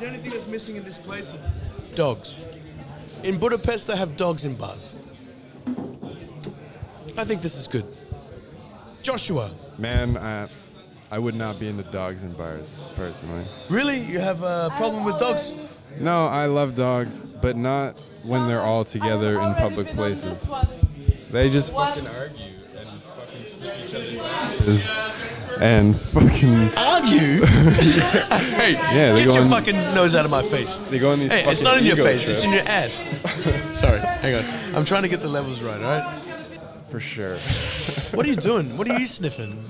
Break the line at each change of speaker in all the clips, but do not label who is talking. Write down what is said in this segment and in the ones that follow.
the only thing that's missing in this place are
Dogs. In Budapest, they have dogs in bars. I think this is good. Joshua,
Man, I, I would not be into dogs and bars, personally.
really? You have a problem with dogs?
No, I love dogs, but not when they're all together in public places. They just fucking argue and fucking each and fucking
Argue? hey,
yeah, they
get
go
your
on-
fucking nose out of my face.
they go on these.
Hey, it's
fucking
not in your
ego
face, it's in your
trips.
ass. Sorry, hang on. I'm trying to get the levels right, all right?
For sure.
What are you doing? What are you sniffing?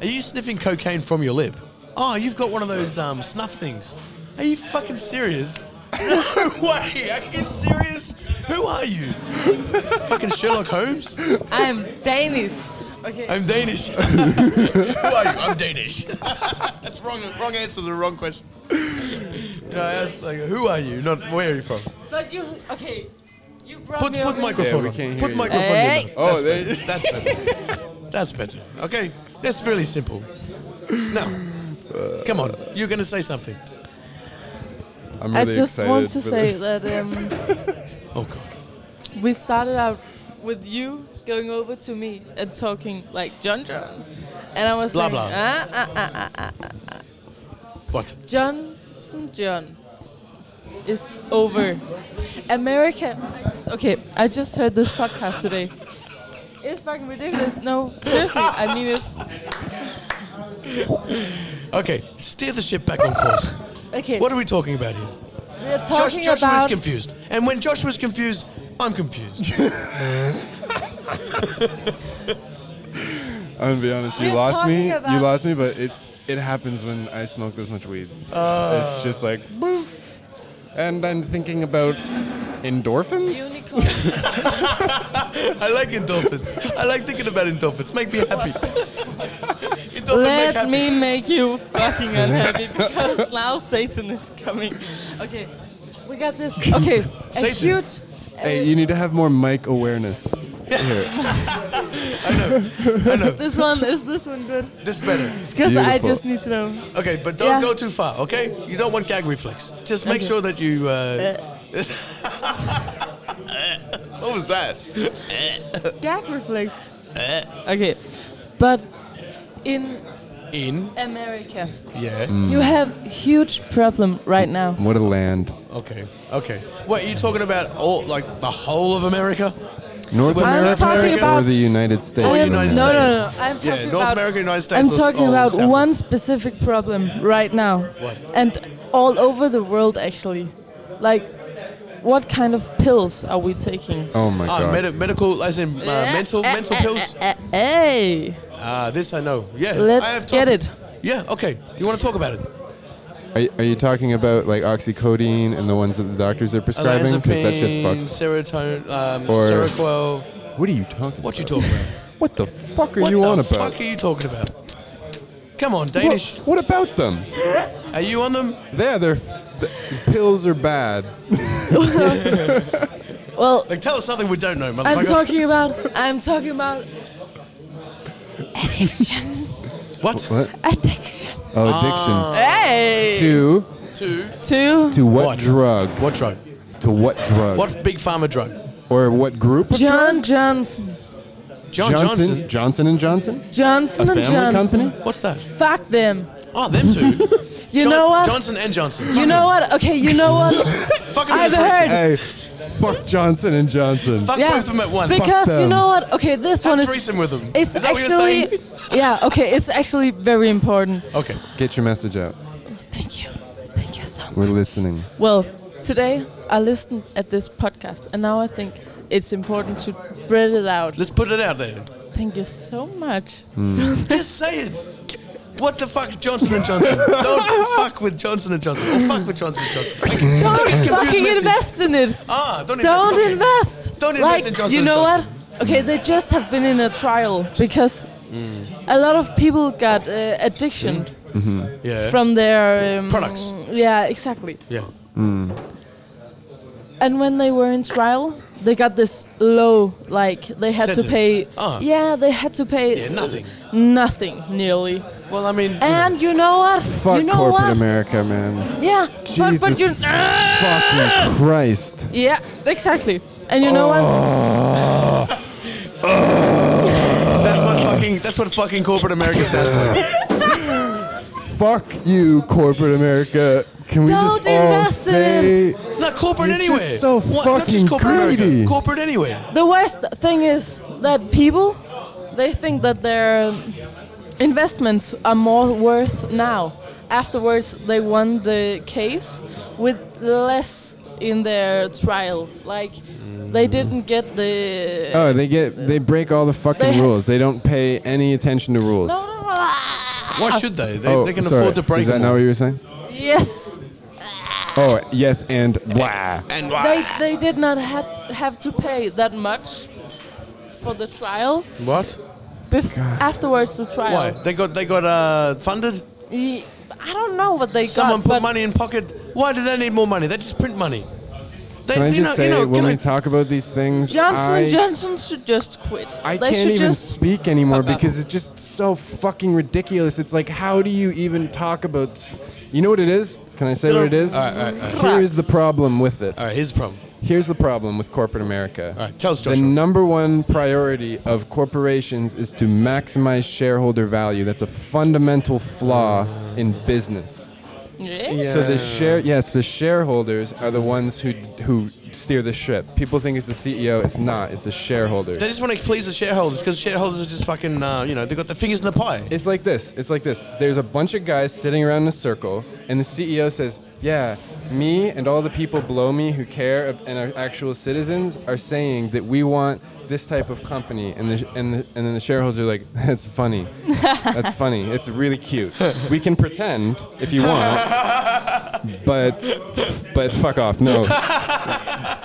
Are you sniffing cocaine from your lip? Oh, you've got one of those um, snuff things. Are you fucking serious? No way. Are you serious? Who are you? fucking Sherlock Holmes?
I'm Danish. Okay.
I'm Danish. Who are you? I'm Danish. That's wrong. Wrong answer to the wrong question. No, I asked like, who are you? Not where are you from?
but you okay. You brought
Put
me
put
over-
microphone
we
on.
can't
Put
hear you.
microphone
Hey.
in.
Oh,
That's
there-
better. That's better. That's better. Okay, that's really simple. Now, come on, you're gonna say something.
I'm
I
really
just
excited
want to
for
say
this.
that um,
Oh god.
we started out with you going over to me and talking like John John, and I was
Blah,
like,
blah.
Ah, ah, ah, ah, ah.
What?
Johnson John is over. America. I just, okay, I just heard this podcast today. It's fucking ridiculous. No, seriously, I mean it.
Okay, steer the ship back on course.
Okay,
What are we talking about here?
we are
Josh,
talking
Joshua is
about.
confused, and when Joshua's confused, I'm confused.
I'm gonna be honest. You
We're
lost
talking
me. You
about-
lost me. But it it happens when I smoke this much weed. it's just like boof. And I'm thinking about endorphins.
Unicorns.
I like endorphins. I like thinking about endorphins. Make me happy. Endorphin make
Let
happy.
me make you fucking unhappy because now Satan is coming. Okay, we got this. Okay, a
Satan.
huge.
Hey, you need to have more mic awareness.
I know
This one is this one good
this is better.
because I
Beautiful.
just need to know.
Okay, but don't
Yeah.
go too far. Okay, you don't want gag reflex. Just make
Okay.
sure that you. Uh, what was that?
Gag reflex. Okay, but in
In.
America,
Yeah.
Mm.
you have huge problem right now.
What a land.
Okay. Okay. Wait, are you talking about all like the whole of America? Ah,
North
I'm
America
talking Oh,
or
about-
the United States?
I
Or
am-
United
no,
States.
no, no. I'm
yeah,
talking
North
about.
America, United States.
I'm
or s-
talking
or
about
South
one specific problem right now,
What?
and all over the world actually. Like, what kind of pills are we taking?
Oh my
Ah,
god.
medi- medical, as in uh,
Eh,
mental,
eh,
mental
eh,
pills.
eh, eh, Hey,
Ah, this I know. Yeah, I have
let's
talk-
get it.
Yeah, okay. You want to talk about it?
are, you- are you talking about like oxycodone and the ones that the doctors are prescribing? Because that shit's
Olanzapine,
fucked.
Serotonin, um,
Or-
Seroquel.
What are you talking?
What you
about?
talking about?
What the fuck are
what
you
the
on
fuck
about?
are you talking about? Come on,
What-
Danish.
What, about them?
Are you on them?
Yeah, they're f- the pills are bad.
Well,
Like, tell us something we don't know, motherfucker.
I'm talking about. I'm talking about addiction.
what?
What?
addiction.
Oh,
Ah.
addiction.
Hey.
to
Two.
to
to what,
What?
drug?
What drug?
To what drug?
What big pharma drug?
Or what group? of
John
drugs?
Johnson,
John Johnson.
Johnson. Johnson and Johnson.
Johnson
A
and
family
Johnson.
company?
What's that?
Fuck them.
Oh, them two.
You
John-
know what?
Johnson and Johnson.
you know what? Okay, you know what?
Fucking
I've heard.
Hey, fuck Johnson and Johnson.
Fuck both of them at once.
Because
Fuck
you
them.
know what? Okay, this
Have
one is.
threesome with them.
It's
Is that what you're
actually. yeah. Okay, it's actually very important.
Okay.
Get your message out.
Thank you. Thank you so much.
We're listening.
Well, today I listened at this podcast, and now I think it's important to spread it out.
Let's put it out there.
Thank you so much.
Hmm.
Just say it. What the fuck, Johnson and Johnson? Don't fuck with Johnson and Johnson. Or fuck with Johnson and Johnson.
Don't fucking
message.
invest in it.
Ah, don't invest.
Don't
okay.
invest.
Don't invest
like,
in Johnson
You
and
know
Johnson.
what? Okay, they just have been in a trial because
Hmm.
a lot of people got uh, addiction
Yeah.
from their um,
Products.
Yeah, exactly.
yeah.
And when they were in trial, they got this low, like they had to
Sentence.
pay.
Ah.
Yeah, they had to pay
Yeah, nothing.
nothing nearly.
Well, I mean,
And you know what?
Fuck
you know
corporate
what?
America, man.
Yeah.
Jesus
But, but you.
fucking Christ.
Yeah, exactly. And you know what?
that's what fucking that's what fucking corporate America sounds like.
Fuck you, corporate America. Can we
Don't
just all
invest in
say
Not corporate
You're just
anywhere.
so
not just
fucking
corporate America,
greedy.
Corporate anywhere.
The worst thing is that people, they think that their investments are more worth now. Afterwards, they won the case with less in their trial. Like, they didn't get the.
Oh, they get they break all the fucking
They ha-
rules. They don't pay any attention to rules.
No, no, no.
Why should they? They,
Oh,
they can
sorry.
afford to break
Is that
them
not
all.
what you were saying?
Yes,
Oh, yes, and blah.
And why?
they, they did not have, have to pay that much for the trial.
what?
Bef- afterwards, the trial.
Why? They got they got uh, funded.
Ye- I don't know what they
Someone
got.
put
but
money in pocket. Why do they need more money? They just print money. They,
Can I
you
just
know,
say
you know,
when
you
we
know-
talk about these things,
Johnson
I,
and Johnson should just quit.
I
they
can't
should
even
just
speak anymore
fuck up.
because it's just so fucking ridiculous. It's like, how do you even talk about? s- You know what it is? Can I say what it is?
All right, all right, all right.
Here is the problem with it.
All right, here's the problem.
Here's the problem with corporate America.
All right, tell us,
The
Joshua.
number one priority of corporations is to maximize shareholder value. That's a fundamental flaw in business.
Yeah.
So the share, yes, the shareholders are the ones who who steer the ship. People think it's the CEO. It's not. It's the
They
shareholders.
just want to please the shareholders because shareholders are just fucking, uh, you know, they got their fingers in the pie.
It's like this. It's like this. There's a bunch of guys sitting around in a circle, and the CEO says, "Yeah, me and all the people below me who care ab- and are actual citizens are saying that we want this type of company." And the, sh- and the, and then the shareholders are like, "That's funny. That's funny. It's really cute. We can pretend if you want, but but fuck off. No."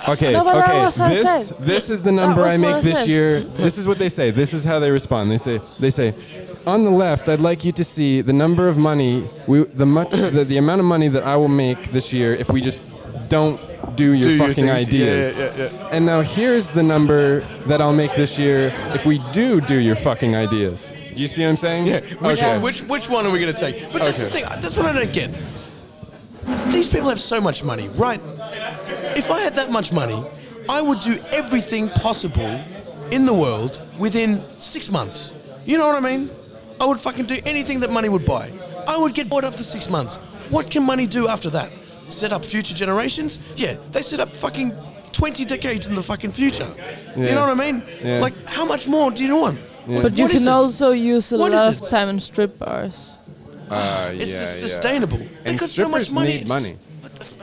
Okay.
No, but that
okay.
was what I
this
said.
this is the number
was
I
what
make
I
this
said.
year. This is what they say. This is how they respond. They say they say, on the left, I'd like you to see the number of money we the mu- the, the amount of money that I will make this year if we just don't do your
Do your
fucking
things. Yeah,
ideas.
yeah, yeah,
And now here's the number that I'll make this year if we do do your fucking ideas. Do you see what I'm saying?
Yeah, which,
okay.
one, which, which one are we going to take? But that's the
Okay.
thing, that's what I don't get. These people have so much money, right? If I had that much money, I would do everything possible in the world within six months. You know what I mean? I would fucking do anything that money would buy. I would get bored after six months. What can money do after that? Set up future generations? Yeah, they set up fucking 20 decades in the fucking future. You
Yeah.
know what I mean?
Yeah.
Like, how much more do you want?
But you
What is
can
it?
also use a
What is
lot of
it?
time in strip bars.
Uh,
It's
yeah,
just
yeah.
sustainable. They
And
got so much
strippers
money.
need
it's
money.
just- but that's-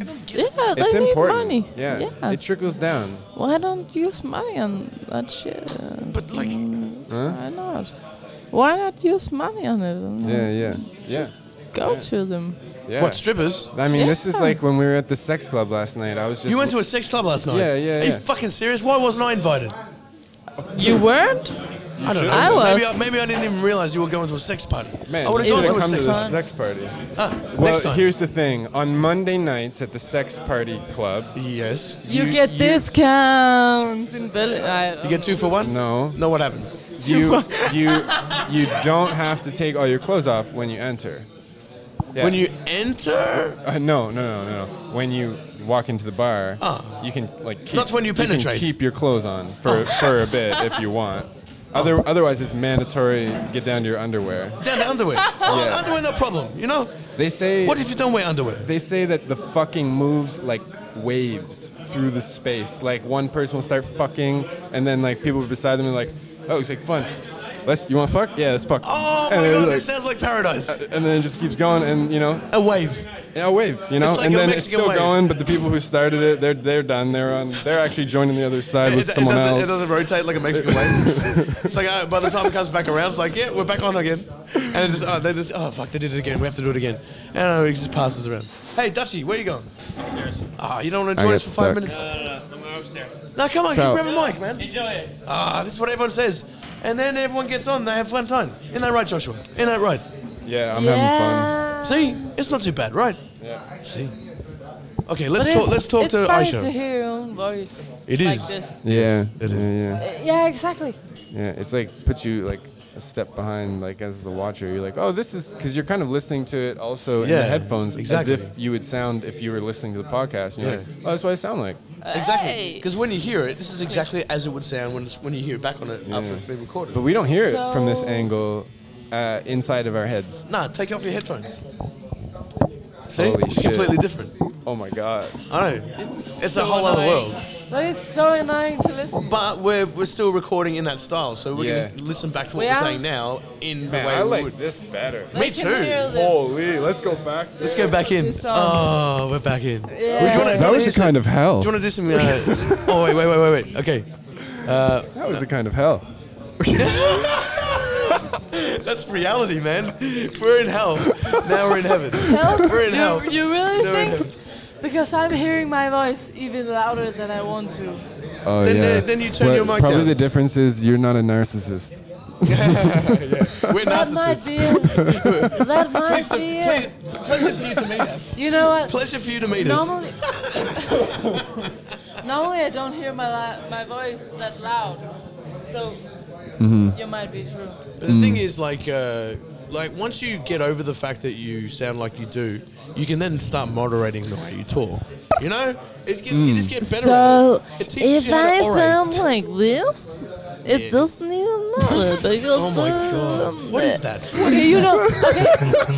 I don't get
Yeah,
it.
they
It's
need
important.
money.
Yeah. It trickles down.
Why don't you use money on that shit?
But like,
Why not? Why not use money on it? and
Yeah, yeah. Yeah.
Go to them.
yeah.
what strippers?
I mean, this is
Yeah.
like when we were at the sex club last night. I was just
You went to a sex club last night.
Yeah, yeah,
Are you
yeah.
fucking serious? Why wasn't I invited?
You weren't?
I don't know.
I
Maybe I,
was.
maybe I didn't even realize you were going to a sex party.
Man,
I would have
you
gone to
would've
a
come
sex
to
party.
this
sex party.
Ah,
Well,
next time.
here's the thing. On Monday nights at the sex party club,
yes.
You, get discounts in Berlin. I
You get two for one.
No.
No. What happens?
you you you don't have to take all your clothes off when you enter. Yeah.
When you enter,
uh, no, no, no, no. When you walk into the bar,
Ah.
you can like keep,
Not when you
can
penetrate. Ah.
keep your clothes on for for a bit if you want. Other, otherwise, it's mandatory to get down to your underwear.
down to underwear. Oh, underwear, no problem. You know.
They say
What if you don't wear underwear?
They say that the fucking moves like waves through the space. Like one person will start fucking, and then like people beside them are like, "Oh, it's like fun. Let's. You want to fuck? Yeah, let's fuck."
Oh
and
my
then
god,
like-
this sounds like paradise.
and then it just keeps going, and you know,
A wave.
yeah, wave, you know,
It's like
and
a
then it's
Mexican
still
wave.
going. But the people who started it, they're they're done. They're on. They're actually joining the other side
It,
with
it,
someone
doesn't,
else.
it doesn't rotate like a Mexican wave. it's like uh, by the time it comes back around, it's like yeah, we're back on again, and it just, uh, they just oh fuck, they did it again. We have to do it again, and uh, it just passes around. Hey, Dutchy, where you going?
Upstairs.
Ah, you don't want to
I
join
get
us for five
stuck.
minutes?
No, no, no. I'm going upstairs.
No, come on,
So-
grab a mic, man.
Enjoy it.
Ah, this is what everyone says, and then everyone gets on. They have fun time. Isn't that right, Joshua? Isn't that right?
yeah, I'm having fun.
yeah.
See, it's not too bad, right?
Yeah.
See. Okay,
But
let's
it's-
talk. Let's talk
it's
to
funny
Aisha.
to hear your own voice.
It
like
is.
This.
Yeah,
it is.
yeah, yeah,
Yeah, exactly.
yeah. It's like puts you like a step behind, like as the watcher. You're like, oh, this is because you're kind of listening to it also in
Yeah,
the headphones,
exactly.
as if you would sound if you were listening to the podcast. And you're
Yeah.
like, oh, that's what I sound like.
Exactly.
Hey!
Because when you hear it, this is exactly as it would sound when, it's, when you hear it back on it after it's been recorded.
But we don't hear it from this
So-
angle uh, inside of our heads.
Nah, take off your headphones. See?
Holy
it's
shit.
completely different.
Oh my god.
I know.
It's,
It's
so
a whole other
annoying.
world.
But it's so annoying to listen.
But we're, we're still recording in that style, so we're going
Yeah.
to listen back to what
We
we're
are.
saying now in
Man,
the way
I
we
like
would.
this better.
They
Me
can
too. Oh,
hear this.
Holy, let's go back.
Let's go back in.
This song.
Oh, we're back in. Would you
Yeah.
wanna-
That
do you wanna
was
do
a
some-
kind of hell.
Do you want to do some? Uh, oh wait, wait, wait, wait, wait. Okay,
That was a kind of hell.
that's reality, man. We're in hell. Now we're in heaven.
Hell?
We're in
You-
hell.
You, really
They're in
think? Because I'm hearing my voice even louder than I want to.
Oh
Then,
yeah.
uh, then you turn
But
your mic
Probably
down.
the difference is you're not a narcissist.
We're
That might
narcissists.
be it. That might
Please,
be
please,
it.
pleasure for you to meet us.
You know what?
Pleasure for you to meet us.
Normally, normally I don't hear my la- my voice that loud, so you might be true.
But the thing is, like, uh, like once you get over the fact that you sound like you do, you can then start moderating the way you talk. You know, it gets you just get better. at it. It teaches you how to orate.
like this, it
Yeah.
doesn't even matter because
Oh my god. What is that?
Okay, you know. Okay,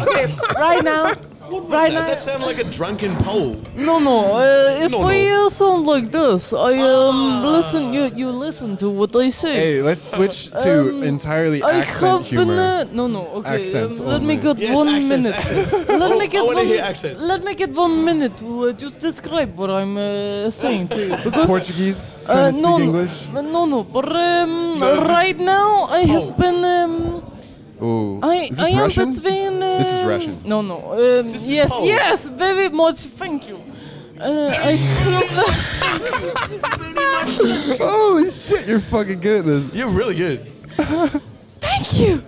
okay right now.
What was
Right
that?
now-
That sounded like a drunken pole.
No, no. Uh, if
No,
I
no.
hear sound like this, I um, listen. You you listen to what I say.
Ah. Hey, let's switch to entirely
I
accent
have
humor.
been uh, no no okay.
Accents
um, let me
only.
get
Yes,
one
accents,
minute.
accents.
Let
Oh,
me
I
get
wanna
one.
hear accents.
Let me get one minute to uh, just describe what I'm uh, saying to you. Because,
Portuguese
uh,
trying to speak
no,
English.
No, no, no. But um, right now I
Oh.
have been. Um,
Ooh.
I,
is this
I am
Russian?
between. Um,
This is Russian.
No, no. Um,
This is
yes,
Polish.
yes, baby, much. Thank you. Uh, I,
Holy shit, you're fucking good at this.
You're really good.
thank you.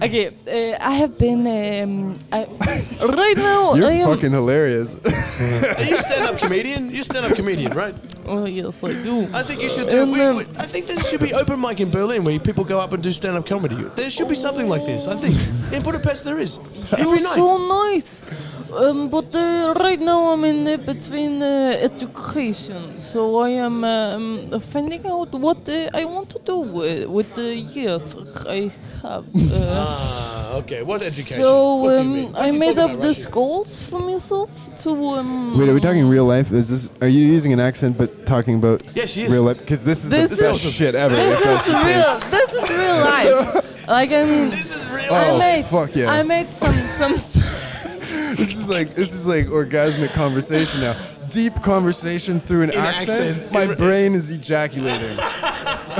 Okay, uh, I have been. Um, I, right now,
You're
Oh, I am.
fucking hilarious.
Are you stand-up comedian? You're stand-up comedian, right?
Oh yes, I do.
I think you should do.
Um,
we,
um,
we, I think there should be open mic in Berlin where people go up and do stand-up comedy. There should be something like this. I think in Budapest there is every
You're so
night.
nice. Um, but uh, right now I'm in uh, between uh, education, so I am um, finding out what uh, I want to do uh, with the years I have. Uh,
Ah, okay. What education?
So
What do you
um,
mean? What
I
are you
made
talking
up
about,
the
Russia?
goals for myself to. Um,
Wait, are we talking real life? Is this? Are you using an accent but talking about
Yeah, she is.
real life? Because this is
This
the
is-
best shit ever.
This
if that's
is
the case.
real. This is real life. Like I mean,
This is real.
Oh,
I made.
fuck yeah.
I made some some.
This is like this is like orgasmic conversation now. Deep conversation through an
an
accent.
accent.
My
In-
brain is ejaculating.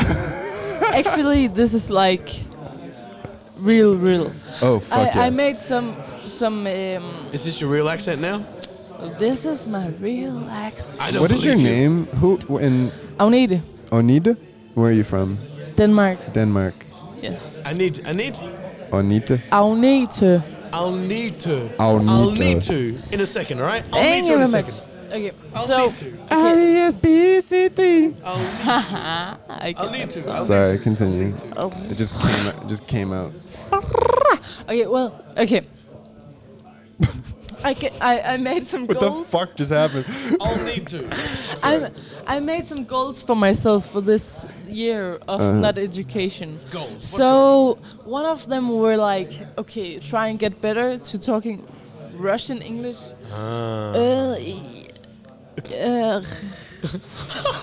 actually, this is like real, real.
Oh fuck
I,
yeah.
I made some some. Um,
Is this your real accent now?
this is my real accent.
I don't.
what is your
believe you.
name? Who in
Oneida,
Oneida? Where are you from?
Denmark.
Denmark.
Yes.
I need. I need.
Oneida.
Oneida.
I'll need to.
I'll need
I'll
to.
need to in a second. All right. I'll
Thank
need to
you
in a
very much.
second.
Okay.
I'll
so.
need to.
Okay.
S B E C T.
I
I'll
get
need
that
to.
song.
I'll need
Sorry,
to.
continue.
Oh.
It just came out, just came out.
Okay, well, okay. I, ca- I, I made some
What the
goals.
fuck just happened? Oh
I'll need to.
I I made some goals for myself for this year of
Uh-huh.
not education.
Goals. What
So one of them were like, okay, try and get better to talking Russian English.
Ah.
Uh, uh,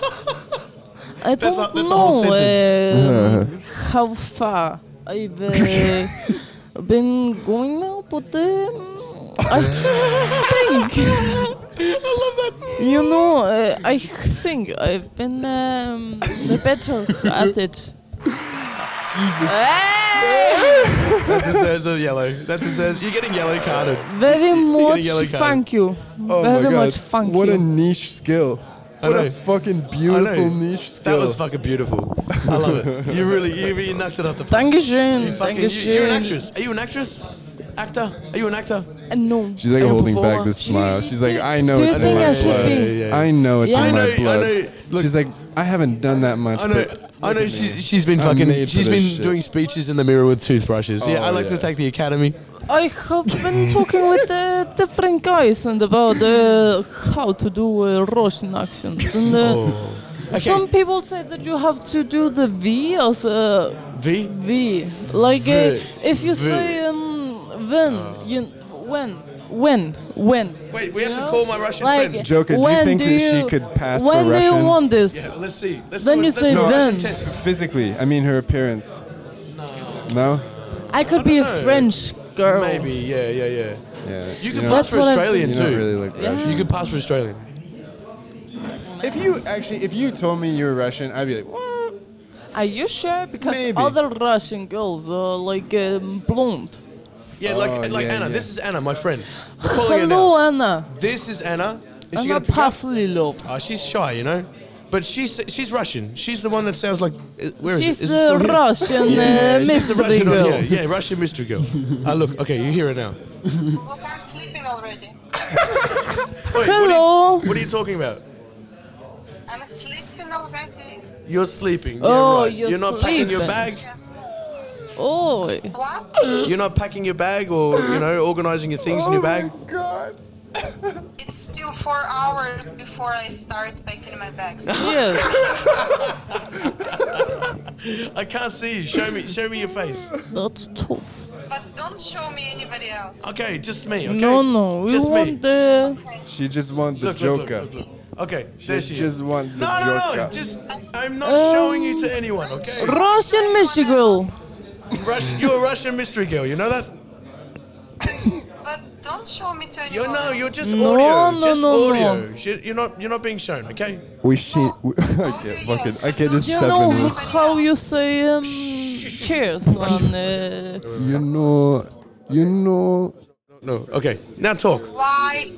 I don't
That's a- that's a whole
know
Uh-huh.
um, how far I've uh, been going now, but um, I think. You know, uh, I think I've been um, better at it.
Jesus.
Hey!
That deserves a yellow. That deserves. You're getting yellow carded.
Very much
yellow card.
thank you.
Oh
Very
my god.
much thank
what
you.
a niche skill.
I
What a
know.
fucking
I know.
beautiful niche skill.
That was fucking beautiful. I love it. You really, you really knocked it off the park.
Dankeschön.
You fucking, you,
Dankeschön.
you're an actress. Are you an actress? Actor? Are you an actor?
Uh, no.
She's like
And a
holding back
performer.
this smile.
Do-
She's like,
do-
I know
do you
it's in
think
my
I should
blood.
be-
Yeah, yeah, yeah.
I know it's
Yeah.
in
I
my
know- I
blood.
know. Look-
She's like, I haven't done that much.
I know.
but
I
look
know
at me.
she's, she's been
I'm
fucking.
made for
She's been
this shit.
doing speeches in the mirror with toothbrushes. yeah,
Oh,
I like to
yeah.
take the academy.
I have been talking with uh, different guys and about uh, how to do a Russian accent. And, uh,
Oh.
Some people say that you have to do the V as a
V.
V. Like uh,
V.
if you
V. Uh.
say um, when, you when, when, when.
Wait, we have
you
to
know?
call my Russian
like,
friend.
Joker, do you
when
think that she could pass for
When do you
Russian?
want this?
Yeah, let's see. Let's
Then
do it.
you
Let's
say
do a Russian
then.
test.
Physically, I mean her appearance. No. No?
I could
I
be a
dunno.
French girl.
Maybe. Yeah. Yeah. Yeah.
Yeah.
You could
know,
pass
That's
for
what I'm
Australian
you
too.
don't really look Russian.
You could pass for Australian.
If you actually, if you told me you were Russian, I'd be like, what?
Are you sure? Because
Maybe.
other Russian girls are like um, blonde.
Yeah, like
Oh,
like
yeah,
Anna.
yeah.
This is Anna, my friend. I'm calling her now.
Hello, Anna.
This is Anna. Is she
Anna
gonna pick up?
Pavlilov.
Oh, she's shy, you know. But she's she's Russian. She's the one that sounds like. uh, Where is
She's
it? Is it
the
still here?
Russian
Yeah,
uh,
she's the
mystery
Russian on
girl.
here. Yeah, Russian mystery girl. Ah, look. Okay, you hear her now.
Look, I'm sleeping already.
Wait, What
Hello.
are, you, what are you talking about?
I'm sleeping already.
You're sleeping. Yeah,
Oh,
right.
you're
not packing your
sleeping.
bag.
Oh,
What?
You're not packing your bag, or you know, organizing your things in your bag.
Oh
God.
It's still four hours before I start packing my bags.
yes. Oh.
I can't see you. Show me. Show me your face.
That's tough.
but don't show me anybody else.
Okay, just me. Okay.
No, no. We
Just
want
me.
the.
She just want the
Look, look,
Joker.
look, look, look. Okay, there she
just
is.
want the
No, no, no.
Joker.
Just I'm not
Um,
showing you to anyone. Okay.
Russian mystery girl.
Russian, you're a Russian mystery girl. You know that?
But don't show me to anyone.
You're no. You're just
No,
audio.
no,
just
no,
audio. Shit, You're not. You're not being shown. Okay.
We she. I can't fucking. I can't just
Do you
step
know
in this.
how you say um, cheers on. Uh,
You know. You know.
No. Okay. Now talk.
Why?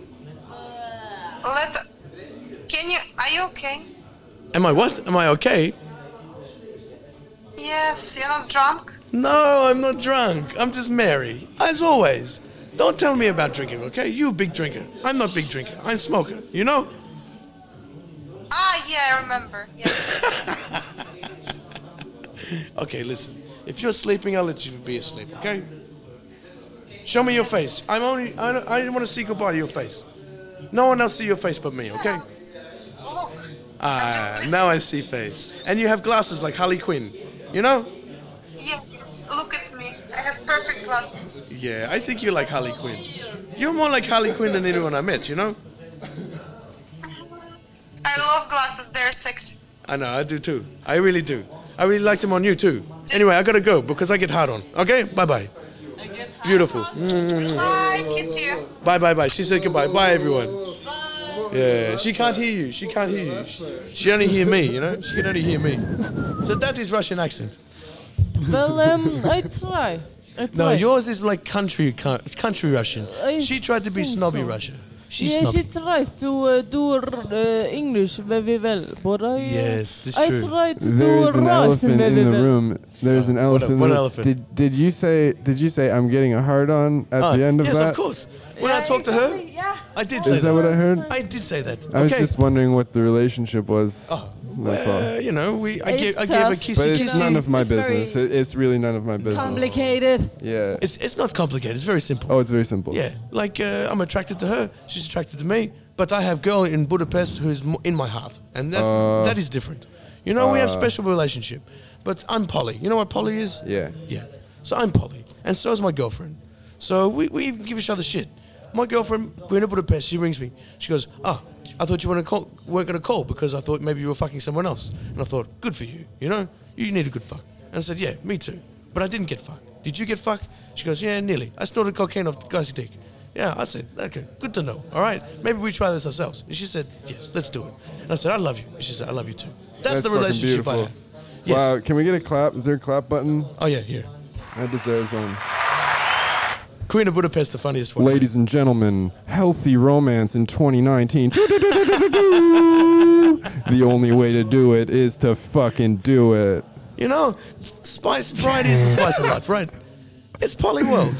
Let's. Can you? Are you okay?
Am I what? Am I okay?
Yes. You're not drunk.
No, I'm not drunk. I'm just merry, as always. Don't tell me about drinking, okay? You big drinker. I'm not big drinker. I'm smoker. You know?
Ah, yeah, I remember. Yeah.
Okay, listen. If you're sleeping, I'll let you be asleep, okay? Show me your face. I'm only. I, don't- I want to see goodbye to your face. No one else see your face but me, okay?
Um, Look.
Ah, now I see face. And you have glasses like Harley Quinn. You know?
Yes. Look at me. I have perfect glasses.
Yeah, I think you're like Harley Quinn. You're more like Harley Quinn than anyone I met. You know?
I love glasses. They're sexy.
I know, I do too. I really do. I really liked them on you too. Anyway, I gotta go because I get hard on. Okay, bye bye. Beautiful.
Bye. Kiss you.
Bye bye bye. She said goodbye. Bye everyone. Yeah, she can't hear you. She can't hear you. She only hear me. You know, she can only hear me. So that is Russian accent.
well, um, I try. I try.
No, yours is like country cu- country Russian.
I
She tried to be
think
snobby
so.
Russian. She's
Yeah, she
snobby.
tries to uh, do uh, English very well, but I uh,
Yes, this
I
true.
try to
There
do
is an
Russian
elephant
very
in the
well.
room. There is an elephant. in
what
the-
elephant?
Did Did you say? Did you say I'm getting a hard on at
Oh,
the end of
yes,
that?
of course. When I talked to her, I did say
Is that
that.
what I heard?
I did say that.
I was
Okay.
just wondering what the relationship was.
Oh,
That's all.
Uh, you know, we I,
It's
gave, I gave
tough.
a kissy
But
kissy.
it's none of my
It's very
business. It, it's really none of my business.
Complicated.
Yeah.
It's it's not complicated. It's very simple.
oh, it's very simple.
Yeah, like uh, I'm attracted to her. She's attracted to me. But I have girl in Budapest who is m- in my heart, and that
Uh,
that is different. You know, we have
uh.
special relationship. But I'm Polly. You know what Polly is?
Yeah.
Yeah. So I'm Polly, and so is my girlfriend. So we, we even give each other shit. My girlfriend, we're in Budapest, she rings me. She goes, Ah, I thought you were gonna call, weren't going to call because I thought maybe you were fucking someone else. And I thought, Good for you, you know? You need a good fuck. And I said, Yeah, me too. But I didn't get fucked. Did you get fucked? She goes, Yeah, nearly. I snorted cocaine off the guy's dick. Yeah, I said, Okay, good to know. All right, maybe we try this ourselves. And she said, Yes, let's do it. And I said, I love you. And she said, I love you too. That's,
That's
the
fucking
relationship I
beautiful.
have. Yes.
Wow. Can we get a clap? Is there a clap button?
Oh, yeah, here.
That deserves one.
Queen of Budapest, the funniest one.
Ladies and gentlemen, healthy romance in 2019. the only way to do it is to fucking do it.
You know, Spice Friday is the spice of life, right? It's Polly World.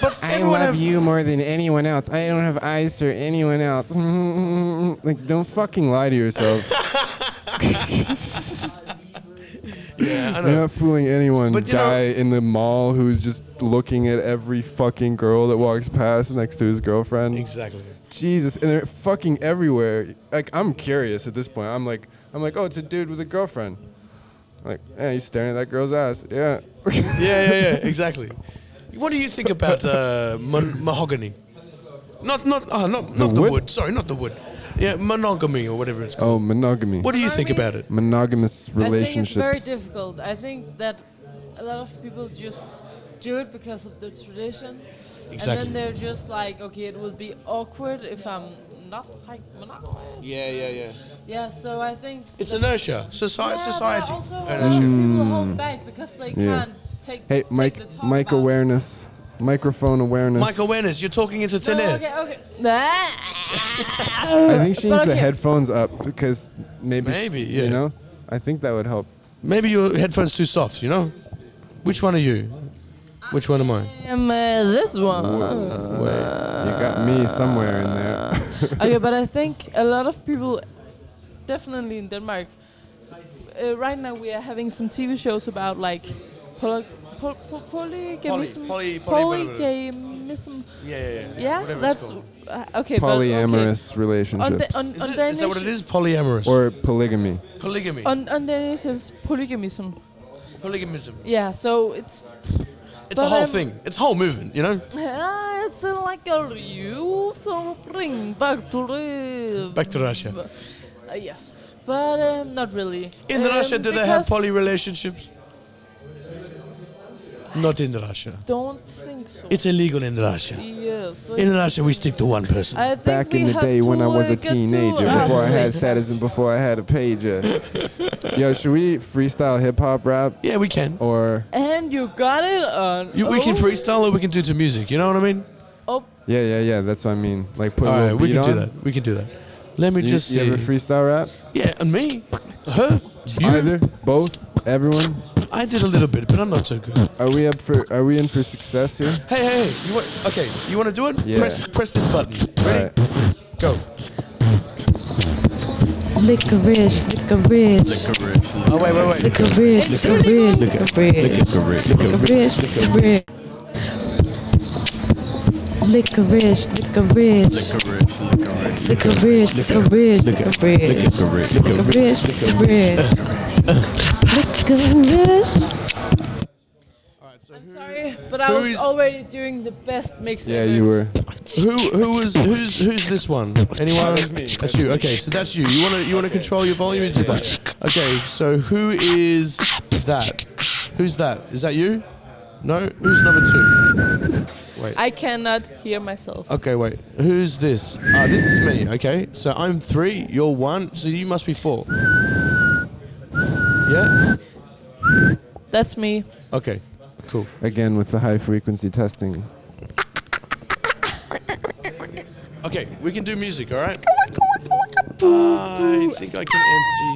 But everyone have,
you more than anyone else. I don't have eyes for anyone else. like, don't fucking lie to yourself.
Yeah, I
You're
know.
not fooling anyone.
But, you know-
guy in the mall who's just looking at every fucking girl that walks past next to his girlfriend.
Exactly.
Jesus, and they're fucking everywhere. Like I'm curious at this point. I'm like, I'm like, oh, it's a dude with a girlfriend. I'm like, yeah, he's staring at that girl's ass. Yeah.
Yeah, yeah, yeah, exactly. What do you think about uh, mon- mahogany? Not, not, uh, not, not the wood?
wood?
Sorry, not the wood. Yeah, monogamy or whatever it's called.
oh, monogamy.
What do you think
Monogamy?
about it?
Monogamous relationships.
I think it's very difficult. I think that a lot of people just do it because of the tradition.
Exactly.
And then they're just like, okay, it would be awkward if I'm not like monogamous.
Yeah, yeah, yeah.
Yeah, so I think
It's inertia. Soci-
yeah,
society.
But also, a lot of
inertia.
people hold back because they
Yeah.
can't take.
hey,
take the
mic,
talk
mic
about it.
awareness, microphone awareness.
Mike awareness. You're talking into
No,
thin air.
okay, okay.
I think she
But
needs the
okay.
headphones up because maybe. sh-
Maybe, yeah.
You know, I think that would help.
Maybe your headphones too soft. You know. Which one are you? Which one am I?
Um, uh, this one.
Wait,
Uh,
you got me somewhere in there.
okay, but I think a lot of people, definitely in Denmark, uh, right now we are having some TV shows about like poly, poly, poly,
poly-
polygameism.
Yeah, yeah, yeah.
Yeah,
Whatever it's
that's
called.
uh, okay. but okay.
Polyamorous
On,
relationships
the, on,
Is,
on
it-
Danish,
is that what it is? Polyamorous.
or polygamy.
polygamy.
On, on Danish, it's polygamism.
Polygamism.
Yeah, so it's
It's a
But
whole
I'm-
thing. It's a whole movement. You know.
Ah, it's uh, like a youth uh, bring back to the
Back to Russia.
Uh, yes, but um, not really.
In
Um,
Russia, do they have
because-
poly relationships? Not in Russia.
Don't think so.
It's illegal in Russia.
yes.
In Russia, we stick to one person.
I think
Back
we
in the
have
day
to,
when I was
uh,
a
get to-
teenager,
Ah,
before I had
wait.
status and before I had a pager. Yo, should we freestyle hip hop rap
yeah, we can.
or
And you got it on.
You, we can
oh,
freestyle or we can do it to music. You know what I mean?
Oh,
yeah, yeah, yeah? That's what I mean. Like put
All
a
right,
little
we
beat
can do
on.
that. We can do that. Let me
You,
just
you
see.
ever freestyle rap?
yeah, and me, her, you.
Either, both, everyone.
I did a little bit, but I'm not so good.
Are we up for? Are we in for success here?
Hey, hey, hey, you want? Okay, you want to do it?
Yeah.
Press, press this button.
All
Ready?
right.
Go.
Licorice, licorice,
Oh wait, wait, wait.
licorice, licorice, licorice, licorice, licorice. Licorice, licorice, licorice, licorice, licorice, licorice, licorice. Licorice.
I'm sorry, but I was
is-
already doing the best mix
Yeah,
ever.
you were.
Who, who is, who's, who's this one? Anyone?
That's me.
That's you. Okay, so that's you. You wanna, you wanna control your volume and do that. Okay, so who is that? Who's that? Is that you? No. Who's number two?
I cannot hear myself.
Okay, wait. Who's this? Ah, this is me. Okay, so I'm three. You're one. So you must be four. Yeah.
That's me.
Okay. Cool.
Again with the high frequency testing.
Okay, we can do music. All right. I think I can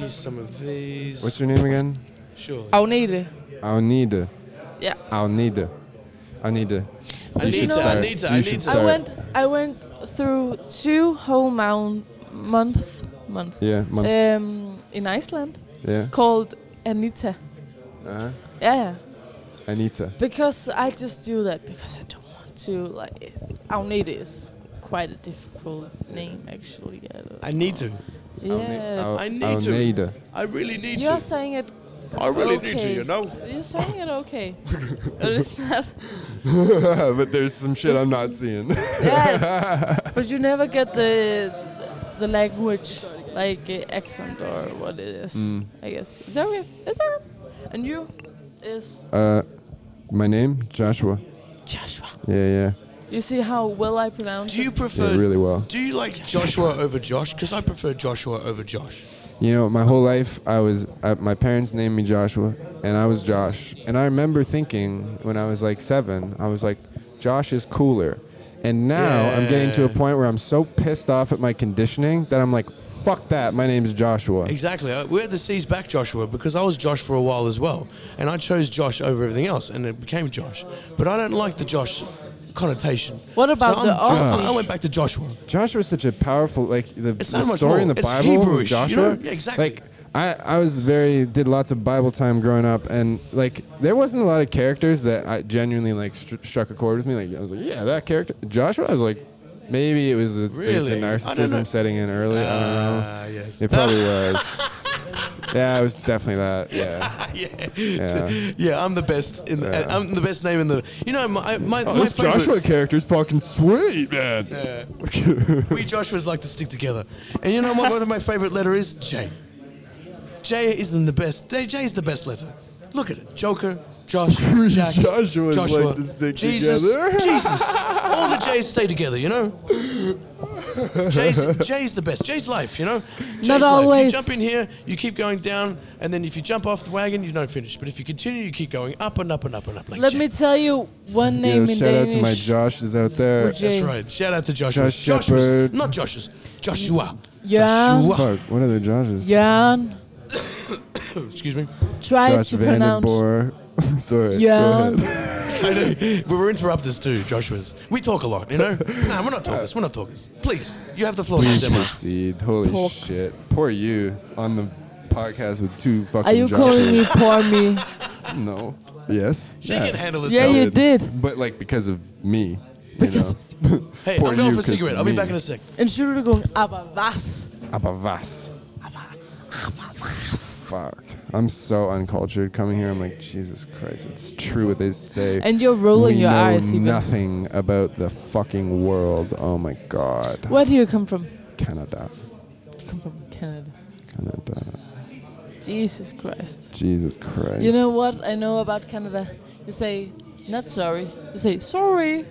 empty some of these.
What's your name again?
Surely.
Agnete.
Alnida.
Yeah.
Alnida. Alnida.
I
should
need to.
start.
I need to.
You
I
should
need to.
I
Sorry.
went. I went through two whole moun- month month
Yeah, months.
um, in Iceland
yeah.
called Anita.
Uh-huh.
Yeah.
Anita.
Because I just do that because I don't want to like. Agnete is quite a difficult name actually. I, don't
I need to.
yeah.
I need to.
Alnida.
I really need
You're
to.
saying it.
I really need to.
okay.
You know.
You're saying it okay. but it's not.
but there's some shit I'm not seeing.
Yeah. but you never get the the language like uh, accent or what it is.
Mm.
I guess. Is that okay? Is that okay? And you is
uh, my name Joshua.
Joshua.
Yeah, yeah.
You see how well I pronounce
Do you
it?
prefer?
Did really well.
Do you like Joshua over Josh? Because I prefer Joshua over Josh.
You know, my whole life I was I, my parents named me Joshua, and I was Josh. And I remember thinking when I was like seven, I was like, Josh is cooler. And now I'm getting to a
Yeah.
point where I'm so pissed off at my conditioning that I'm like, fuck that. My name's Joshua.
Exactly. I- We had the C's back, Joshua, because I was Josh for a while as well, and I chose Josh over everything else, and it became Josh. But I don't like the Josh connotation.
What about
I'm-
the
I'm-
Aussie?
I went back to Joshua.
Joshua's such a powerful like the,
It's
the
not much
story in
more.
the
It's
Bible. with
Hebrewish, you
Joshua,
know? Yeah, exactly.
Like I, I was very did lots of Bible time growing up, and like there wasn't a lot of characters that I genuinely like stru- struck a chord with me. Like I was like, yeah, that character Joshua. I was like, maybe it was the, the-
Really?
the,
I don't know.
narcissism setting in early. I don't know.
Ah, yes.
It probably was. Yeah, it was definitely that. Yeah.
yeah.
Yeah.
yeah, I'm the best in. The,
Yeah.
I'm the best name in the. You know, my my,
Oh,
my
this
favorite.
Joshua character's fucking sweet, man.
We Joshua's like to stick together, and you know what? One of my favorite letter is J. J isn't the best. J J is the best letter. Look at it, Joker. Josh, Jack,
Joshua's like
Joshua,
to stick
Jesus,
together.
Jesus. All the J's stay together, you know. J's, J's the best. J's life, you know. J's
Not
life. You
always.
jump in here, you keep going down, and then if you jump off the wagon, you don't finish. But if you continue, you keep going up and up and up and up. Like
Let
J.
me tell you one name
Yo,
in
shout out
Danish.
to my Joshes out there.
Would you-
That's
Jay.
right. Shout out to Joshua.
Josh
Joshua's,
Shepherd.
not Josh's. Joshua.
Jørn.
Joshua.
Fuck, what are the Joshes?
Jørn.
Excuse me.
Try
Josh
to pronounce.
Vanderboer. Sorry. go
Jørn.
ahead.
I know. We were interrupters too, Joshua's. We talk a lot, you know? nah, we're not talkers. We're not talkers. Please, you have the floor.
Please
Gemma.
proceed. Holy
Talk.
shit. Poor you on the podcast with two fucking
Are you calling me poor me?
Joshes. No. Yes.
She
yeah.
can handle
Yeah,
herself.
you did.
But like because of me.
Because-
you know?
hey,
Poor
I'm going for
you,
a
'cause
cigarette. I'll be
me.
back in a sec.
Entschuldigung, aber was?
Aber was? Fuck. I'm so uncultured coming here. I'm like, Jesus Christ, it's true what they say.
And you're rolling
we
your
know
eyes even.
nothing about the fucking world. Oh my god.
Where do you come from?
Canada.
You come from Canada.
Canada.
Jesus Christ.
Jesus Christ.
You know what I know about Canada? You say, not sorry. You say, sorry.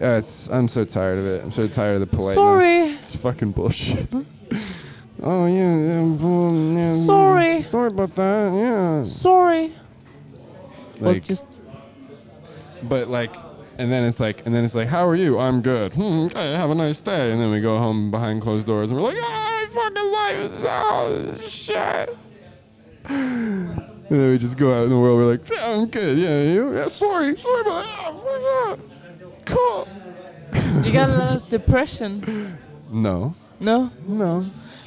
Yeah, it's, I'm so tired of it. I'm so tired of the politeness.
Sorry.
It's fucking bullshit. oh yeah, yeah, boom, yeah, yeah.
Sorry.
Sorry about that. Yeah.
Sorry. Well,
Like,
just
but like, and then it's like, and then it's like, how are you? I'm good. Hmm, okay, have a nice day. And then we go home behind closed doors, and we're like, ah, my fucking life is so shit. And then we just go out in the world. We're like, yeah, I'm good. Yeah, you? Yeah, sorry, sorry about that. Ah, fuck that. Cool.
you got a lot of depression.
No,
No,
no.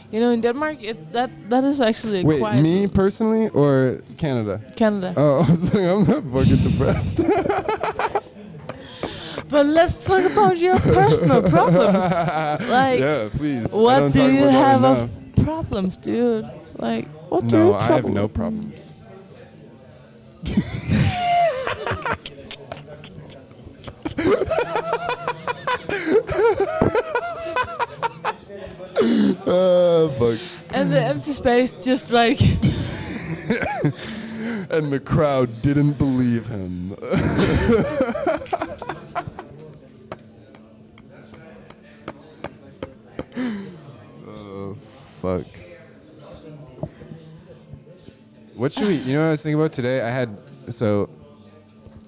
you know in Denmark it, that that is actually a
Wait,
quiet
me personally or Canada?
Canada.
Oh, I was like, I'm not fucking depressed.
But let's talk about your personal problems. Like,
yeah, please. I
what
don't
do
talk
you
about that
have of
enough.
problems, dude? Like, what do you
No, I have
trouble
no
with?
problems. Uh, fuck.
And the empty space just like
And the crowd didn't believe him. oh, fuck. What should we? You know what I was thinking about today? I had. So.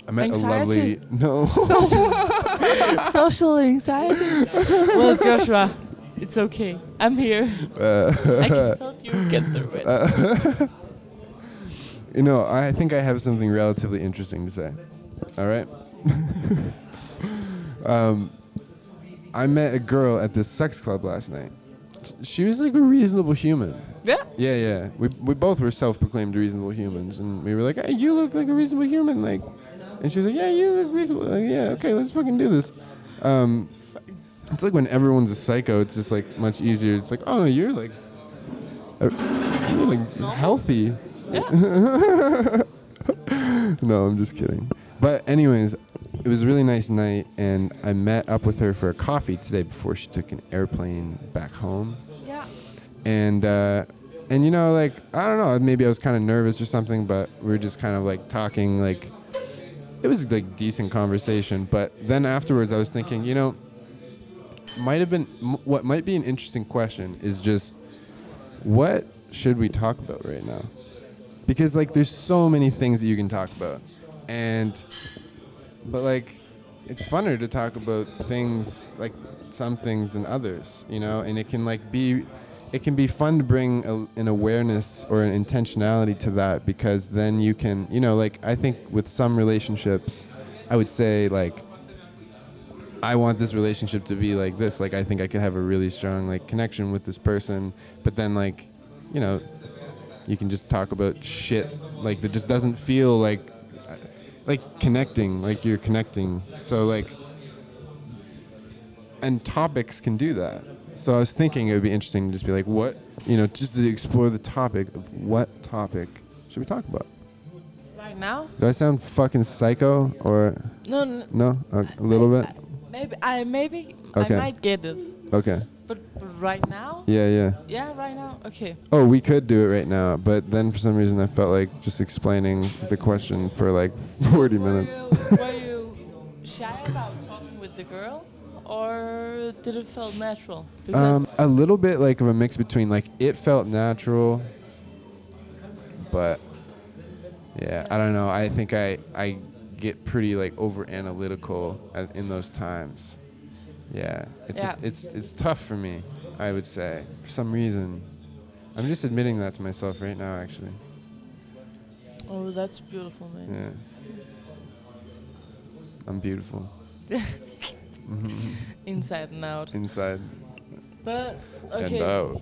I met
Anxiety?
a lovely. No.
social, social anxiety. Well, Joshua, it's okay. I'm here.
Uh,
I can help you get through it.
You know, I think I have something relatively interesting to say. All right. um, I met a girl at this sex club last night. She was like a reasonable human.
yeah.
Yeah, yeah. We, we both were self-proclaimed reasonable humans, and we were like, "Hey, you look like a reasonable human." Like, and she was like, "Yeah, you look reasonable." Like, yeah, okay, let's fucking do this. Um, it's like when everyone's a psycho, it's just like much easier. It's like, "Oh, you're like, uh, you're like healthy." no, I'm just kidding. But anyways, it was a really nice night, and I met up with her for a coffee today before she took an airplane back home
Yeah.
and uh, and you know like I don't know maybe I was kind of nervous or something, but we were just kind of like talking like it was like decent conversation. But then afterwards, I was thinking, you know, might have been m- what might be an interesting question is just what should we talk about right now? Because like there's so many things that you can talk about, and but like it's funner to talk about things like some things than others you know and it can like be it can be fun to bring a, an awareness or an intentionality to that because then you can you know like i think with some relationships i would say like I want this relationship to be like this. Like I think I could have a really strong like connection with this person, but then like, you know, you can just talk about shit like that just doesn't feel like like connecting, like you're connecting. So like and topics can do that. So I was thinking it would be interesting to just be like what, you know, just to explore the topic of what topic should we talk about?
Right now?
Do I sound fucking psycho or
No, n-
no? A, a little bit.
maybe I maybe
Okay.
I might get it,
Okay.
but, but right now?
Yeah, yeah.
Yeah, right now. Okay.
Oh, we could do it right now, but then for some reason I felt like just explaining the question for like 40 minutes.
Were you, were you shy about talking with the girl, or did it feel natural? Because
Um, a little bit like of a mix between like it felt natural, but yeah, I don't know. I think I I get pretty like over analytical at- in those times. Yeah, it's
Yeah.
it's it's tough for me. I would say for some reason, I'm just admitting that to myself right now. Actually,
oh, that's beautiful, man.
yeah, I'm beautiful
Inside and out.
inside
But okay.
and out.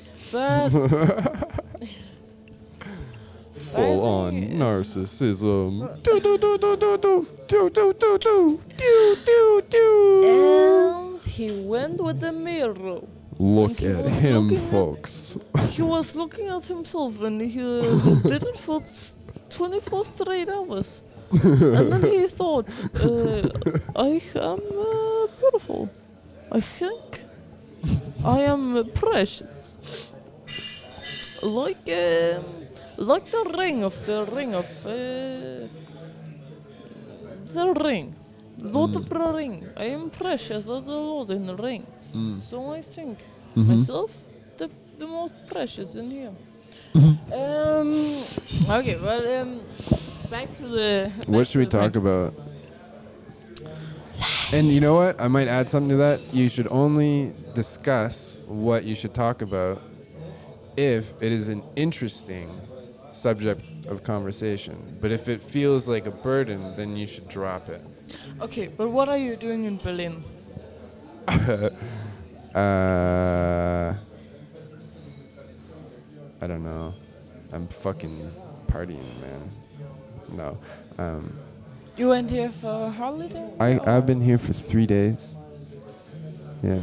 But
Full on narcissism. Do do do do do do do do do do do do do.
and he went with the mirror.
Look
he
at
was
him,
looking at-
folks.
He was looking at himself, and he did it for s- 24 straight hours. and then he thought, uh, I am uh, beautiful. I think I am uh, precious. Like, um, like the ring of the ring of uh, the ring. Lord of the ring. I am precious as the Lord in the ring.
Mm.
So I think
Mm-hmm.
myself the, the most precious in here.
Mm-hmm.
Um, okay, well, um, back to the.
What should we talk about? And you know what? I might add something to that. You should only discuss what you should talk about if it is an interesting subject of conversation. But if it feels like a burden, then you should drop it.
Okay, but what are you doing in Berlin?
Uh, I don't know. I'm fucking partying, man. No, um,
You went here for a holiday?
I
or-
I've been here for three days. Yeah,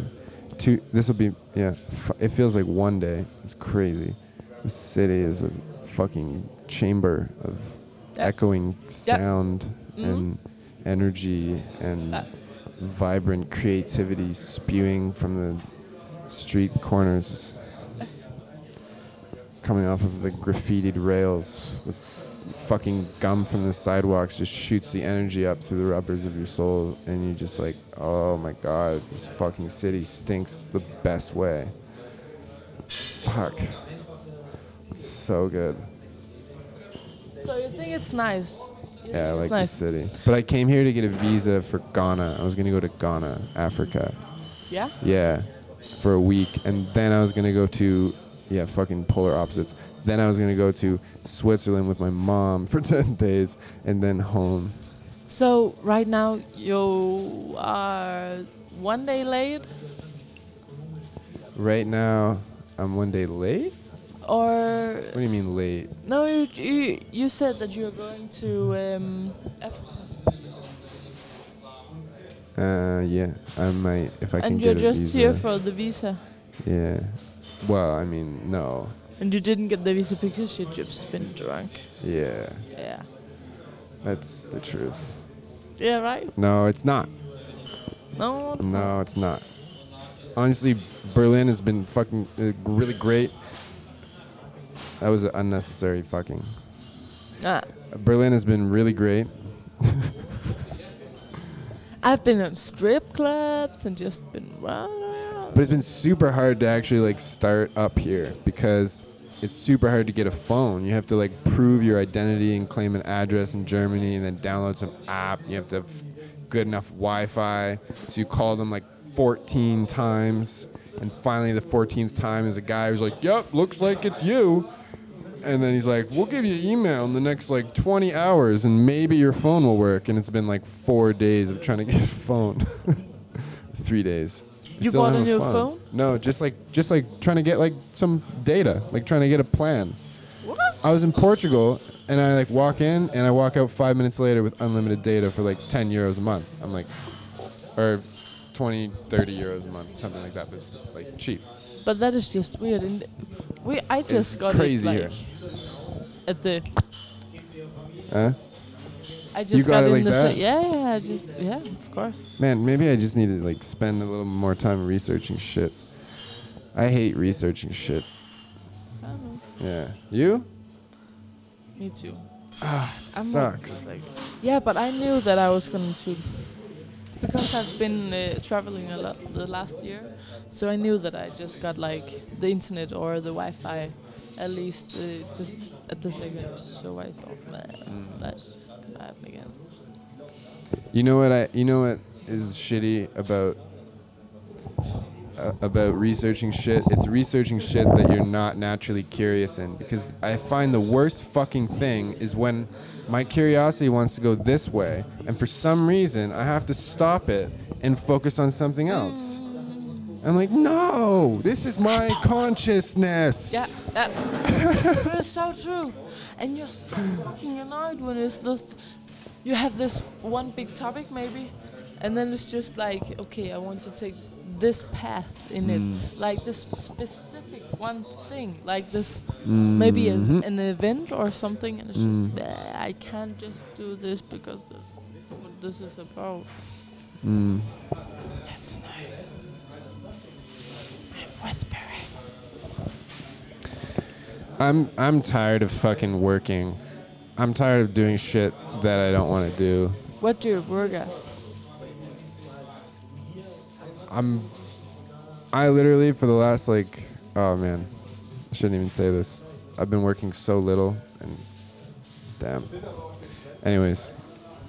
two. This will be yeah. F- it feels like one day. It's crazy. The city is a fucking chamber of
Yeah.
echoing sound
Mhm.
and energy and
Yeah.
vibrant creativity spewing from the street corners.
Yes.
coming off of the graffitied rails with fucking gum from the sidewalks just shoots the energy up through the rubbers of your soul and you just like oh my god this fucking city stinks the best way fuck it's so good
So you think it's nice? You
yeah i
think
like
it's nice.
the city but i came here to get a visa for ghana i was gonna go to ghana africa
Yeah?
Yeah, for a week, and then I was gonna go to yeah, fucking polar opposites. Then I was gonna go to Switzerland with my mom for ten days, and then home.
So right now you are one day late
Right now, I'm one day late.
or.
What do you mean late?
No, you, you, you said that you're going to. Um, Africa.
Uh, yeah, I might if I can
and
get
you're
a
just
visa.
here for the visa.
yeah. Well, I mean, no.
And you didn't get the visa because you just been drunk.
Yeah,
Yeah.
that's the truth.
Yeah, right?
No, it's not.
No? it's not.
No, it's not. Honestly, Berlin has been fucking uh, really great. That was unnecessary fucking.
Ah,
Berlin has been really great.
I've been on strip clubs and just been running around.
But it's been super hard to actually like start up here because it's super hard to get a phone. You have to like prove your identity and claim an address in Germany and then download some app. You have to have good enough Wi-Fi. So you call them like 14 times and finally the 14th time is a guy who's like, "Yep, looks like it's you." And then he's like, "We'll give you email in the next like 20 hours, and maybe your phone will work." And it's been like four days of trying to get a phone. Three days. I
You
still
bought a
haven't
new
found-
phone?
No, just like just like trying to get like some data, like trying to get a plan. I was in Portugal and I like walk in and I walk out five minutes later with unlimited data for like 10 euros a month. I'm like, or 20, 30 euros a month, something like that, but it's like cheap.
But that is just weird. And we, I just got
crazy
it
here.
like at the.
Huh?
I just
got
got,
it
in
like
the
that?
se- yeah, yeah, I just yeah, of course.
Man, maybe I just need to like spend a little more time researching shit. I hate researching shit.
I don't know.
Yeah. You?
Me too. I'm not
Sucks.
like- yeah, but I knew that I was going to because I've been uh, traveling a lot the last year, so I knew that I just got like the internet or the Wi-Fi, at least uh, just at the second. So I thought,
Mm.
man, that's gonna happen again.
You know what I? You know what is shitty about uh, about researching shit? It's researching shit that you're not naturally curious in. Because I find the worst fucking thing is when my curiosity wants to go this way, and for some reason I have to stop it and focus on something else. I'm like, no, this is my consciousness.
Yeah, yeah. but it's so true. And you're so fucking annoyed when it's just you have this one big topic maybe, and then it's just like, okay, I want to take this path in it, like this specific one thing, like this maybe a, an event or something, and it's just "Bleh, I can't just do this because of what this is about. That's annoying. I'm whispering.
I'm I'm tired of fucking working. I'm tired of doing shit that I don't want to do.
What do you work as?
I literally for the last like oh man, I shouldn't even say this. I've been working so little and damn. Anyways.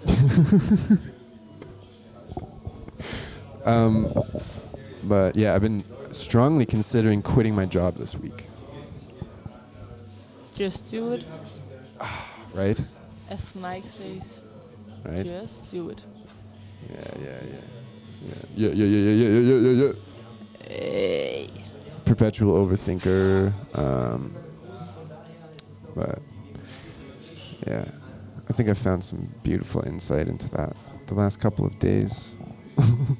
um but yeah, I've been strongly considering quitting my job this week,
Just do it.
right?
As Nike says,
Right?
just do it.
yeah, yeah. Yeah, yeah, yeah, yeah, yeah, yeah, yeah, yeah. Perpetual overthinker. Um, but yeah, I think I found some beautiful insight into that the last couple of days.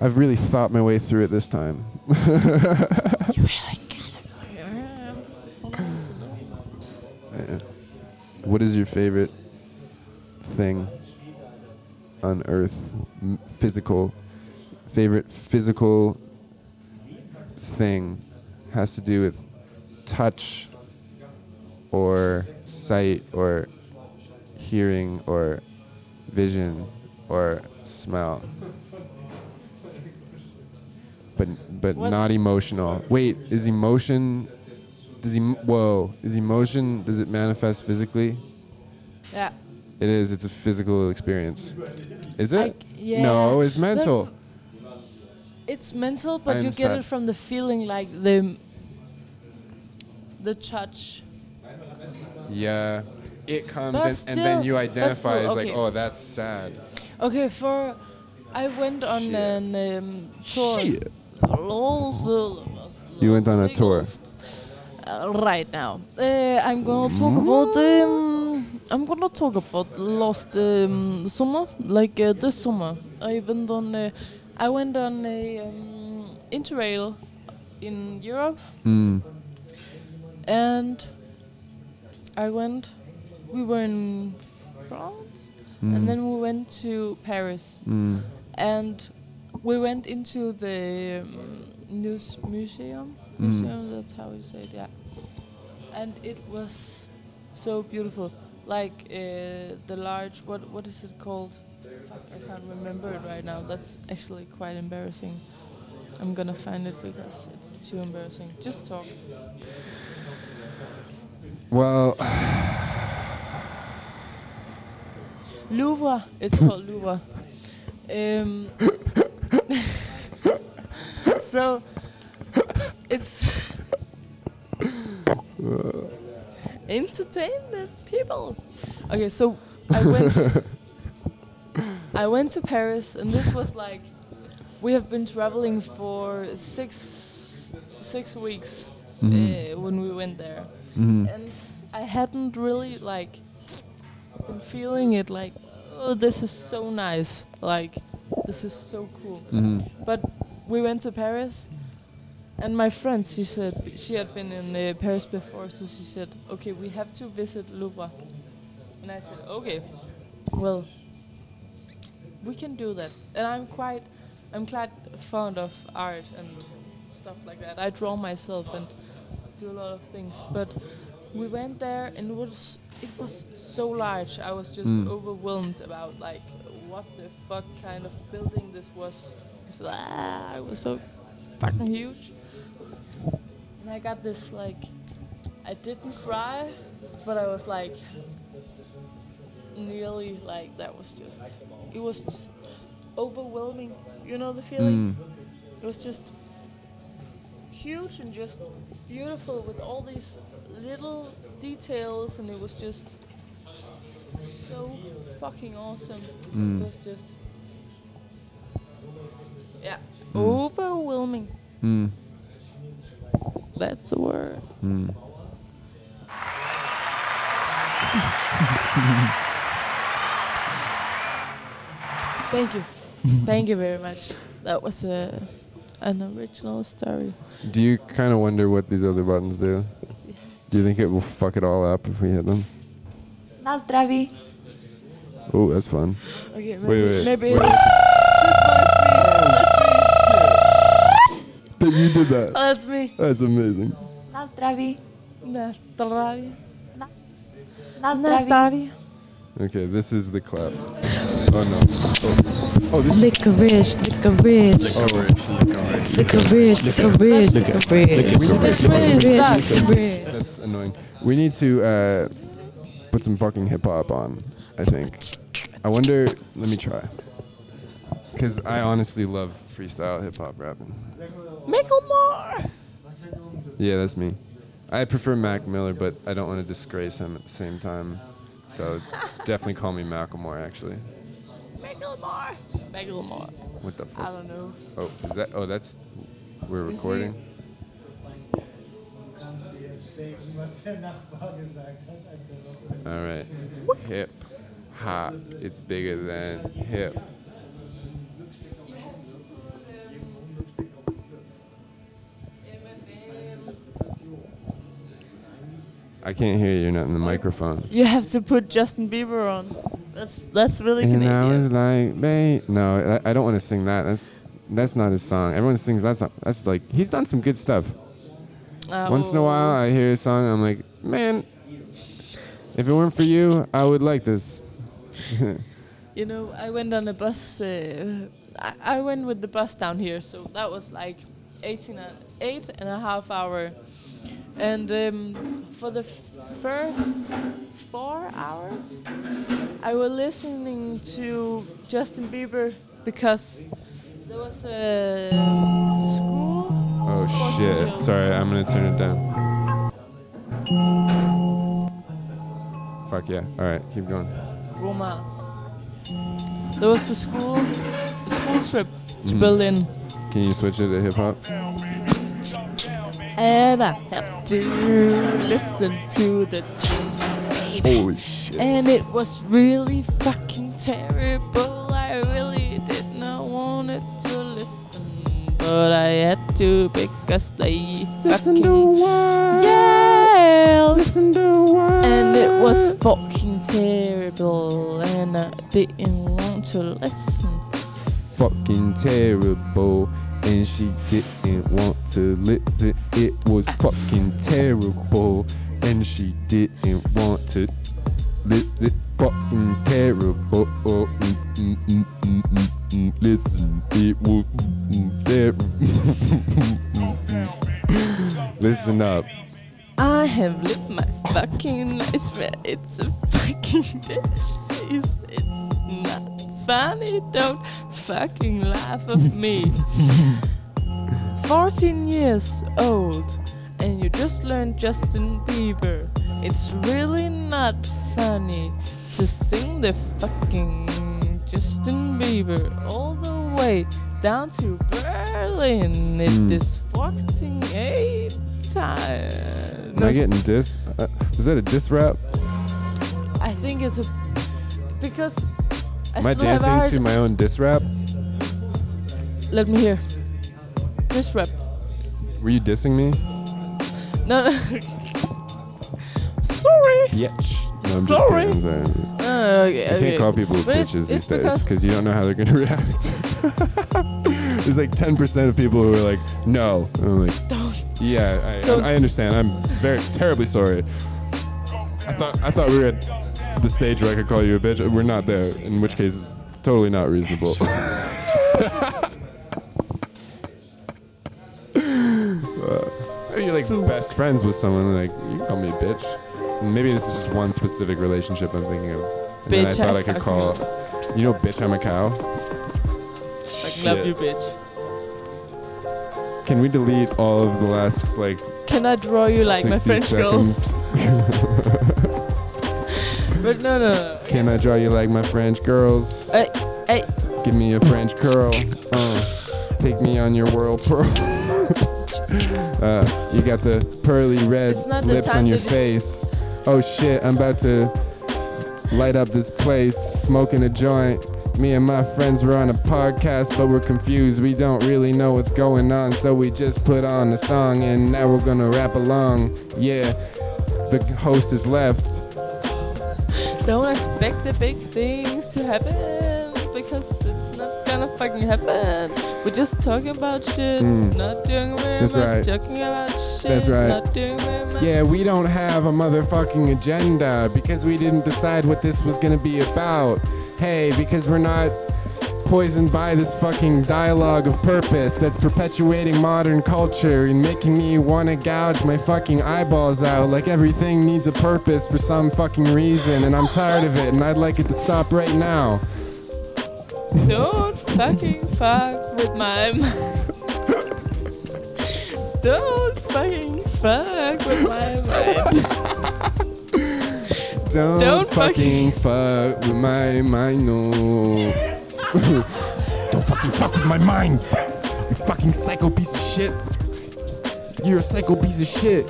I've really thought my way through it this time. What is your favorite thing on earth? M- physical. Favorite physical thing has to do with touch or sight or hearing or vision or smell. But but
What-
not emotional. Wait, is emotion does em- whoa, is emotion does it manifest physically?
Yeah.
It is. It's a physical experience. Is it?
I- yeah.
No, it's mental.
But- It's mental, but
I
you get
understand.
it from the feeling, like the the touch.
yeah. It comes
But
and, and
still-
then you
but
identify
still,
as like,
okay.
oh, that's sad.
Okay, for I went on
Shit.
an um, tour.
Shit.
You
You went on a tour.
Uh, right now. Uh, I'm gonna talk about um, I'm gonna talk about last um, summer, like uh, this summer. I went on uh, I went on a um, interrail in Europe, and I went. We were in France, and then we went to Paris, and we went into the um, news museum. Museum, that's how you say it, yeah. And it was so beautiful, like uh, the large. What what is it called? I can't remember it right now. That's actually quite embarrassing. I'm gonna find it because it's too embarrassing. Just talk.
Well,
Louvre. It's called Louvre. Um, so it's entertain the people. Okay, so I went. I went to Paris, and this was like, we have been traveling for six six weeks uh, when we went there, and I hadn't really like been feeling it like, oh, this is so nice, like this is so cool. But we went to Paris, and my friend, she said she had been in uh, Paris before, so she said, "Okay, we have to visit Louvre." And I said, "Okay, well, we can do that." And I'm quite, I'm quite fond of art and stuff like that. I draw myself and do a lot of things. But we went there, and it was it was so large. I was just overwhelmed about like what the fuck kind of building this was. 'Cause, ah, it was so fucking huge. And I got this like, I didn't cry, but I was like, nearly like that was just, it was just overwhelming. You know the feeling. It was just huge and just beautiful with all these little details, and it was just so fucking awesome. It was just, yeah, overwhelming. That's the word. Thank you. Thank you very much. That was a, an original story.
Do you kind of wonder what these other buttons do? Do you think it will fuck it all up if we hit them?
Na zdraví.
Oh, that's fun.
Okay, maybe,
wait,
maybe
wait.
it's- this
But you
one is me. That's me.
did that.
Oh, that's me.
That's amazing.
Na zdraví.
Nastavi.
Na zdraví.
Nastavi.
Okay, this is the clap. Oh no. Oh, oh this is
Licorice, licorice, licorice, licorice, licorice,
It's really that.
licorice.
that's annoying. We need to uh, put some fucking hip hop on. I think. I wonder. Let me try. Cause I honestly love freestyle hip hop rapping.
Macklemore.
Yeah, that's me. I prefer Mac Miller, but I don't want to disgrace him at the same time. So definitely call me Macklemore. Actually,
Macklemore. Macklemore.
what the fuck?
I don't know.
Oh, is that? Oh, that's. We're
Is
recording. All right. Hip. hop. It's bigger than hip. I can't hear you. You're not in the microphone.
You have to put Justin Bieber on. That's that's really
And I was
Canadian.
like, babe, no, I I don't want to sing that. That's that's not his song. Everyone sings that song. That's like he's done some good stuff.
Ah,
Once in a while, I hear a song, I'm like, man, if it weren't for you, I would like this.
You know, I went on a bus. Uh, I, I went with the bus down here, so that was like 18 and eight and a half hour. And um, for the first four hours, I was listening to Justin Bieber because there was a school.
Oh shit! Sorry, I'm gonna turn it down. Fuck yeah! All right, keep going.
Roma. There was a school, a school trip to Berlin.
Can you switch it to hip hop?
And I have to listen to the just baby.
Holy shit!
And it was really fucking terrible. I really did not want it to listen. But I had to because they
Listen to
fucking
what?
yelled.
Listen to what?
And it was fucking terrible. And I didn't want to listen.
fucking terrible. And she didn't want to listen. It was fucking terrible. And she didn't want to listen. Fucking terrible. Mm, mm, mm, mm, mm, mm. Listen, it was mm, mm, terrible. Listen up.
I have lived my fucking nightmare. It's a fucking disease. It's not funny. Don't fucking laugh at me. 14 years old. and you just learned Justin Bieber. It's really not funny to sing the fucking Justin Bieber all the way down to Berlin. It
Mm.
is fucking eight times.
Am I getting diss? Uh, was that a diss rap?
I think it's a because I
Am I
still have a
dancing
hard-
to my own diss rap?
Let me hear this rap.
Were you dissing me?
No, no. sorry.
Yeah. No, I'm
Sorry.
Just kidding. I'm sorry.
Uh, okay,
I
okay.
can't call people
But it's-
bitches
it's
these days
because-
because you don't know how they're gonna react. There's like 10% of people who are like, no. And I'm like,
Don't.
yeah, I,
Don't.
I, I understand. I'm very terribly sorry. I thought I thought we were at the stage where I could call you a bitch. We're not there, in which case it's totally not reasonable. Uh, You're like best friends with someone, like you can call me a bitch. And maybe this is just one specific relationship I'm thinking of. And then I
Bitch,
thought
I
I could
fucking
call. You know, bitch, I'm a cow.
I love you, bitch.
Can we delete all of the last like
Can I draw you like
60
my French
seconds?
girls? But no, no, no.
Can I draw you like my French girls?
Hey, hey.
Give me a French curl. Uh, take me on your world pearl. uh, you got the pearly red
It's not the
lips on
time
your
to do-
face. Oh shit, I'm about to light up this place, smoking a joint. Me and my friends were on a podcast, but we're confused. We don't really know what's going on, so we just put on a song and now we're gonna rap along. Yeah, the host is left.
Don't expect the big things to happen because it's not gonna fucking happen. We're just talking about shit,
Mm.
not doing very
That's
much.
right.
Talking about shit,
right.
not doing very much.
Yeah, we don't have a motherfucking agenda because we didn't decide what this was gonna be about. Hey, because we're not poisoned by this fucking dialogue of purpose that's perpetuating modern culture and making me wanna gouge my fucking eyeballs out like everything needs a purpose for some fucking reason and I'm tired of it and I'd like it to stop right now.
Don't fucking fuck with my. m- Don't fucking fuck with my mind.
Don't,
Don't
fucking
fucking-
fuck with my mind, no. Don't fucking fuck with my mind. You fucking psycho piece of shit. You're a psycho piece of shit.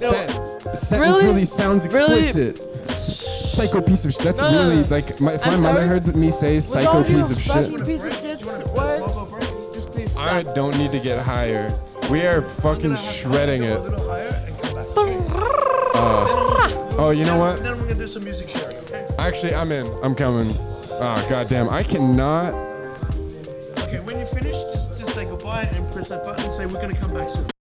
No.
That sentence really,
Really?
sounds
Really?
explicit. Psycho piece of shit. That's
No, no,
really
no.
like my, if my
I'm
mother
sorry.
heard that me say
With
psycho
all your
piece of
fucking
shit.
piece of shit words, just please
I
stop.
don't need to get higher. We are fucking shredding it.
A little higher and come back.
Oh, you know what?
Then we're gonna do some music sharing, okay?
Actually, I'm in. I'm coming. Ah, goddamn. I cannot.
Okay, when you finish, just, just say goodbye and press that button and say we're gonna come back soon.